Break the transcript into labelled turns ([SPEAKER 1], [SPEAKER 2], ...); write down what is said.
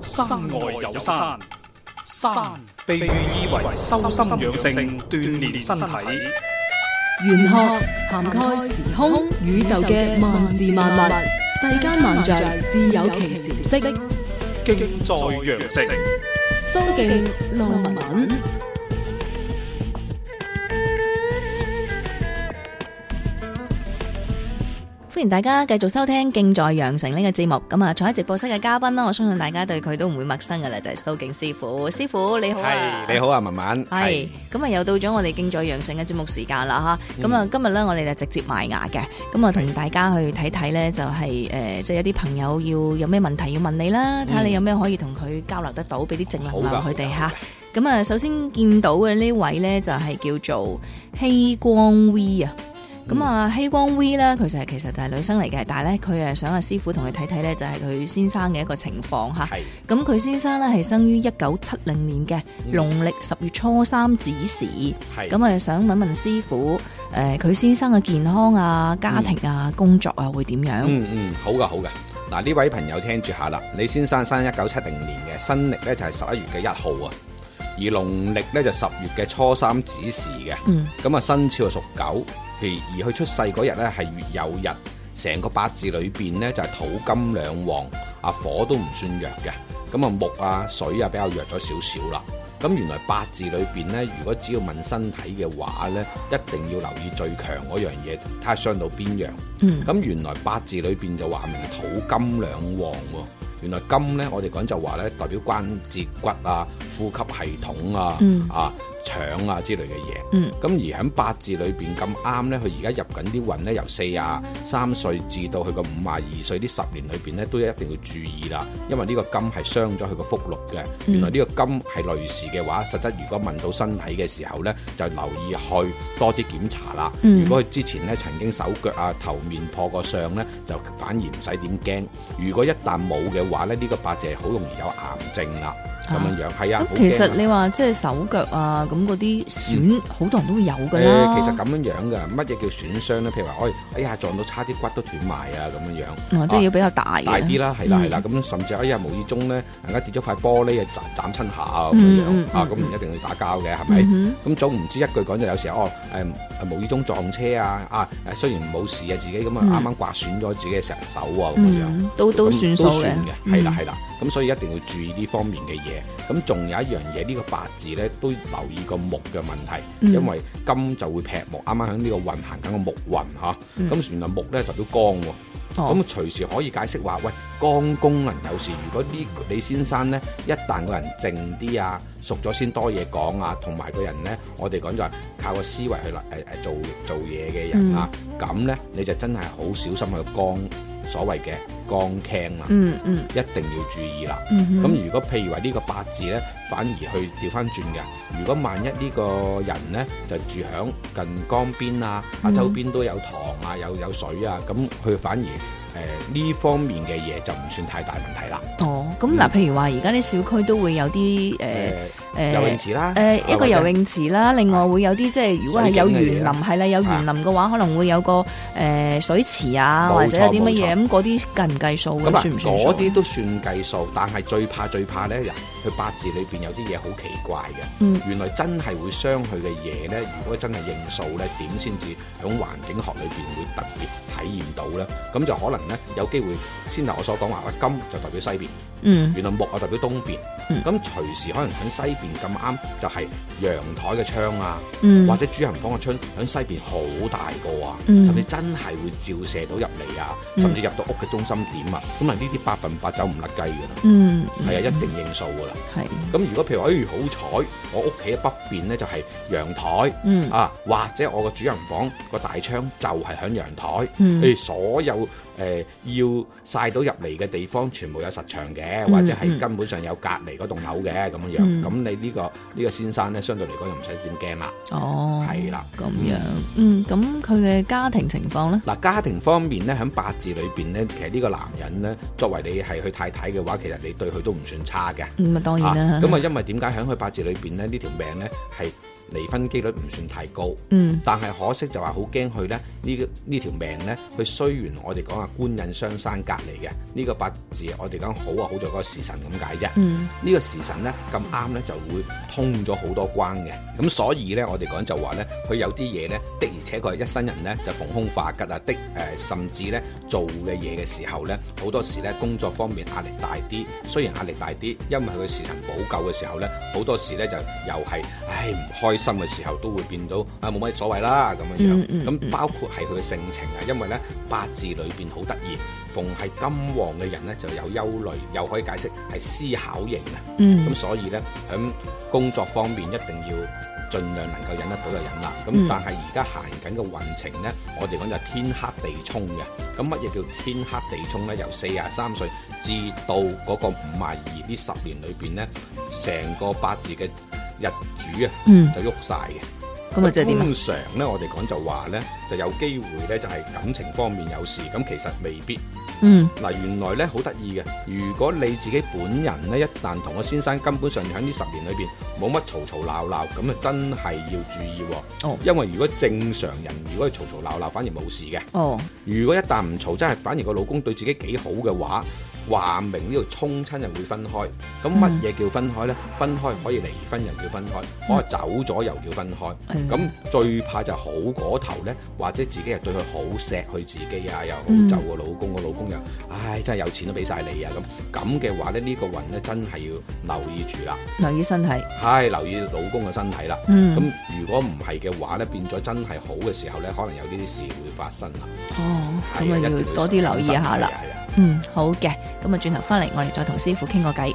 [SPEAKER 1] 山外有山，山被寓意為修心養性、鍛鍊身體。
[SPEAKER 2] 玄學涵蓋時空宇宙嘅萬事萬物，世間萬象自有其時色。
[SPEAKER 1] 敬在羊城，
[SPEAKER 2] 蘇敬路文。
[SPEAKER 3] 歡迎大家繼續收聽《敬在羊城》呢個節目。咁啊，坐喺直播室嘅嘉賓啦，我相信大家對佢都唔會陌生噶啦，就係蘇敬師傅。師傅你好啊，
[SPEAKER 4] 係你好啊，文文。
[SPEAKER 3] 係咁啊，又到咗我哋《敬在羊城》嘅節目時間啦吓。
[SPEAKER 4] 嗯
[SPEAKER 3] 咁啊，今日咧我哋就直接埋牙嘅，咁啊同大家去睇睇咧，就係誒，即係一啲朋友要有咩問題要問你啦，睇下你有咩可以同佢交流得到，俾啲正能量
[SPEAKER 4] 嗯好㗎
[SPEAKER 3] 佢哋吓。咁啊，首先見到嘅呢位咧就係叫做希光 V 啊。
[SPEAKER 4] 嗯
[SPEAKER 3] 咁啊，希光 V 咧，佢就係其實就係女生嚟嘅，但係咧佢誒想阿師傅同佢睇睇咧，就係佢先生嘅一個情況嚇。
[SPEAKER 4] 係
[SPEAKER 3] 咁佢先生咧係生於一九七零年嘅
[SPEAKER 4] 嗯
[SPEAKER 3] 農曆十月初三子時，
[SPEAKER 4] 係
[SPEAKER 3] 咁啊想問問師傅誒佢先生嘅健康啊、家庭啊、工作啊會點樣？
[SPEAKER 4] 嗯嗯，好噶好噶。嗱，呢位朋友聽住下啦，李先生生一九七零年嘅，新曆咧就係十一月嘅一號啊，而農曆咧就十月嘅初三子時嘅。
[SPEAKER 3] 嗯，
[SPEAKER 4] 咁啊，生肖屬狗，譬如而佢出世嗰日咧係月有日，成個八字裏邊咧就係土金兩旺，啊火都唔算弱嘅，咁啊木啊水啊比較弱咗少少啦。咁原來八字裏邊咧，如果只要問身體嘅話咧，一定要留意最強嗰樣嘢，睇下傷到邊樣。
[SPEAKER 3] 嗯
[SPEAKER 4] 咁原來八字裏邊就話明土金兩旺喎。原來金呢，我哋講就話呢，代表關節骨啊、呼吸系統啊、
[SPEAKER 3] 嗯
[SPEAKER 4] 啊腸啊之類嘅嘢。
[SPEAKER 3] 嗯
[SPEAKER 4] 咁而喺八字裏邊咁啱呢，佢而家入緊啲運呢，由四啊三歲至到佢個五啊二歲呢十年裏邊呢，都一定要注意啦，因為呢個金係傷咗佢個福祿嘅。
[SPEAKER 3] 嗯
[SPEAKER 4] 原來呢個金係累事嘅話，實質如果問到身體嘅時候呢，就留意去多啲檢查啦。
[SPEAKER 3] 嗯
[SPEAKER 4] 如果佢之前咧曾經手腳啊、頭面破過相咧，就反而唔使點驚。如果一旦冇嘅話咧，呢、個八字係好容易有癌症啦，咁樣樣係啊
[SPEAKER 3] 咁。
[SPEAKER 4] 好
[SPEAKER 3] 其實
[SPEAKER 4] 驚啊嗯
[SPEAKER 3] 你話即係手腳啊咁嗰啲損，好多人都會有
[SPEAKER 4] 誒
[SPEAKER 3] 㗎啦。
[SPEAKER 4] 其實咁樣樣㗎，乜嘢叫損傷咧？譬如話，哎，哎呀撞到差啲骨都斷埋啊，咁樣樣。
[SPEAKER 3] 哦即係
[SPEAKER 4] 啊
[SPEAKER 3] 要比較大嘅
[SPEAKER 4] 大啲啦，係啦
[SPEAKER 3] 嗯
[SPEAKER 4] 係啦，咁甚至哎呀無意中咧，人家跌咗塊玻璃啊，斬斬親下啊咁
[SPEAKER 3] 嗯
[SPEAKER 4] 樣
[SPEAKER 3] 嗯
[SPEAKER 4] 樣啊，咁
[SPEAKER 3] 嗯
[SPEAKER 4] 唔一定要打交嘅，係咪？
[SPEAKER 3] 嗯
[SPEAKER 4] 咁總唔知一句講就有時候哦誒誒無意中撞車啊啊誒雖然冇事啊自己咁啊
[SPEAKER 3] 嗯
[SPEAKER 4] 啱啱刮損咗自己嘅隻手啊
[SPEAKER 3] 哼
[SPEAKER 4] 咁樣樣
[SPEAKER 3] 嗯，都都
[SPEAKER 4] 咁
[SPEAKER 3] 算數
[SPEAKER 4] 都
[SPEAKER 3] 嘅
[SPEAKER 4] 算，
[SPEAKER 3] 嗯
[SPEAKER 4] 嘅係啦係啦，咁所以一定要注意呢方面嘅嘢。咁仲有一樣嘢，呢個八字咧都留意個木嘅問題，
[SPEAKER 3] 嗯
[SPEAKER 4] 因為金就會劈木，啱啱喺呢個運行緊個木運嚇，
[SPEAKER 3] 嗯
[SPEAKER 4] 咁原來木咧代表光喎。
[SPEAKER 3] 哦
[SPEAKER 4] 咁啊隨時可以解釋話，喂，光功能有時，如果呢李先生呢，一旦個人靜啲啊，熟咗先多嘢講啊，同埋個人呢，我哋講就係靠個思維去嚟誒誒做做嘢嘅人啊，咁呢，你就真係好小心去光所謂嘅光 can 啦，
[SPEAKER 3] 嗯嗯
[SPEAKER 4] 一定要注意啦。
[SPEAKER 3] 嗯哼
[SPEAKER 4] 咁如果譬如話呢個八字呢，反而去調翻轉嘅。如果萬一呢個人呢，就住響近江邊啊，啊
[SPEAKER 3] 嗯
[SPEAKER 4] 周邊都有塘啊，有有水啊，咁佢反而誒呢、方面嘅嘢就唔算太大問題啦。
[SPEAKER 3] 哦，咁
[SPEAKER 4] 嗯
[SPEAKER 3] 嗱，譬如話而家啲小區都會有啲呃
[SPEAKER 4] 誒、
[SPEAKER 3] 誒
[SPEAKER 4] 呃游
[SPEAKER 3] 誒
[SPEAKER 4] 泳池啦，
[SPEAKER 3] 誒呃一個游泳池啦，另外會有啲即係如果係有園
[SPEAKER 4] 啊水景嘅嘢
[SPEAKER 3] 林
[SPEAKER 4] 啦
[SPEAKER 3] 係啦，有園林嘅話，可能會有個誒水池啊，
[SPEAKER 4] 冇錯
[SPEAKER 3] 或者有啲乜嘢
[SPEAKER 4] 冇
[SPEAKER 3] 咁嗰啲計唔計數
[SPEAKER 4] 或者咁
[SPEAKER 3] 嘅？
[SPEAKER 4] 啊，
[SPEAKER 3] 算唔算數
[SPEAKER 4] 嗰？啲都算計數，但係最怕最怕呢，人佢八字裏邊有啲嘢好奇怪嘅。
[SPEAKER 3] 嗯
[SPEAKER 4] 原來真係會傷佢嘅嘢呢，如果真係認數呢，點先至喺環境學裏邊會特別體驗到呢？咁就可能呢，有機會先頭我所講話，喂金就代表西邊，
[SPEAKER 3] 嗯
[SPEAKER 4] 原來木啊代表東邊
[SPEAKER 3] 嗯，
[SPEAKER 4] 咁隨時可能喺西邊咁啱就係陽台嘅窗啊，
[SPEAKER 3] 嗯，
[SPEAKER 4] 或者主人房嘅窗喺西邊好大個啊，
[SPEAKER 3] 嗯
[SPEAKER 4] 甚至真係會照射到入嚟啊，
[SPEAKER 3] 嗯
[SPEAKER 4] 甚至入到屋嘅中心點啊，咁啊呢啲百分百走唔甩雞㗎啦，
[SPEAKER 3] 嗯
[SPEAKER 4] 係啊，一定認數㗎啦。
[SPEAKER 3] 係
[SPEAKER 4] 咁如果譬如話，哎好彩，我屋企嘅北邊呢就係陽台
[SPEAKER 3] 嗯
[SPEAKER 4] 啊，或者我個主人房個大窗就係響陽台，
[SPEAKER 3] 嗯
[SPEAKER 4] 誒所有誒、呃要曬到入嚟嘅地方全部有實牆嘅，
[SPEAKER 3] 嗯
[SPEAKER 4] 或者係
[SPEAKER 3] 嗯
[SPEAKER 4] 根本上有隔離嗰棟樓嘅咁樣樣，
[SPEAKER 3] 嗯
[SPEAKER 4] 咁、你呢、個呢、個先生呢，相對嚟講就唔使點驚啦。
[SPEAKER 3] 哦，
[SPEAKER 4] 係啦
[SPEAKER 3] 咁樣嗯，咁佢嘅家庭情況咧，
[SPEAKER 4] 嗱，家庭方面咧，喺八字裏邊咧，其實呢個男人咧，作為你係佢太太嘅話，其實你對佢都唔算差嘅。
[SPEAKER 3] 咁啊當然
[SPEAKER 4] 啊
[SPEAKER 3] 啦，
[SPEAKER 4] 咁啊，因為點解喺佢八字裏邊咧，呢條命咧係離婚機率唔算太高，
[SPEAKER 3] 嗯
[SPEAKER 4] 但係可惜就話好驚佢咧呢呢條命咧，佢雖然我哋講話啊官印雙山隔離嘅呢個八字，我哋講好啊，好在嗰個時辰咁解啫。
[SPEAKER 3] 嗯
[SPEAKER 4] 呢個時辰呢，咁啱呢就會通咗好多關嘅，咁所以呢，我哋講就話呢，佢有啲嘢呢，的而且確係一生人呢就逢凶化吉啊的誒、呃甚至呢做嘅嘢嘅時候呢，好多時呢工作方面壓力大啲，雖然壓力大啲，因為佢時辰補救嘅時候呢，好多時呢就又係唉唔開心嘅時候都會變到啊冇乜所謂啦咁樣樣，咁、
[SPEAKER 3] 嗯嗯嗯
[SPEAKER 4] 包括係佢嘅性情啊，因為呢八字裏邊好得意。逢係金旺嘅人呢，就有憂慮，又可以解釋係思考型啊。
[SPEAKER 3] 嗯
[SPEAKER 4] 咁所以呢，喺工作方面一定要盡量能夠忍得到就忍啦。咁、
[SPEAKER 3] 嗯
[SPEAKER 4] 但係而家行緊嘅運程呢，我哋講就係天黑地沖嘅。咁乜嘢叫天黑地沖呢？由四廿三歲至到嗰個五廿二呢十年裏邊呢，成個八字嘅日主啊
[SPEAKER 3] 嗯，
[SPEAKER 4] 就喐晒嘅。
[SPEAKER 3] 咁啊即係點啊？
[SPEAKER 4] 通常咧，我哋講就話呢，就有機會呢，就係感情方面有事。咁其實未必。
[SPEAKER 3] 嗯
[SPEAKER 4] 嗱，原來咧好得意嘅，如果你自己本人咧，一旦同個先生根本上喺呢十年裏邊冇乜嘈嘈鬧鬧，咁啊真係要注意喎。
[SPEAKER 3] 哦
[SPEAKER 4] 因為如果正常人如果係嘈嘈鬧鬧，反而冇事嘅。
[SPEAKER 3] 哦，
[SPEAKER 4] 如果一旦唔嘈，真係反而個老公對自己幾好嘅話，話明呢度沖親人會分開。咁乜嘢叫分開呢？分開可以離婚又叫分開，可以走咗又叫分開。
[SPEAKER 3] 嗯
[SPEAKER 4] 咁最怕就好嗰頭呢，或者自己係對佢好錫佢自己啊，又好
[SPEAKER 3] 嗯
[SPEAKER 4] 就個老公，個老公又唉真係有錢都俾晒你啊咁。咁嘅話呢，呢、個運呢真係要留意住啦，
[SPEAKER 3] 留意身體。
[SPEAKER 4] 係留意老公嘅身體啦。
[SPEAKER 3] 嗯，
[SPEAKER 4] 咁、如果唔係嘅話呢，變咗真係好嘅時候呢，可能有呢啲事會發生啦。
[SPEAKER 3] 哦，
[SPEAKER 4] 係
[SPEAKER 3] 咁啊
[SPEAKER 4] 一定
[SPEAKER 3] 要多啲留意一下啦。
[SPEAKER 4] 係啊。
[SPEAKER 3] 嗯，好嘅。咁啊，轉頭翻嚟，我哋再同師傅傾個偈。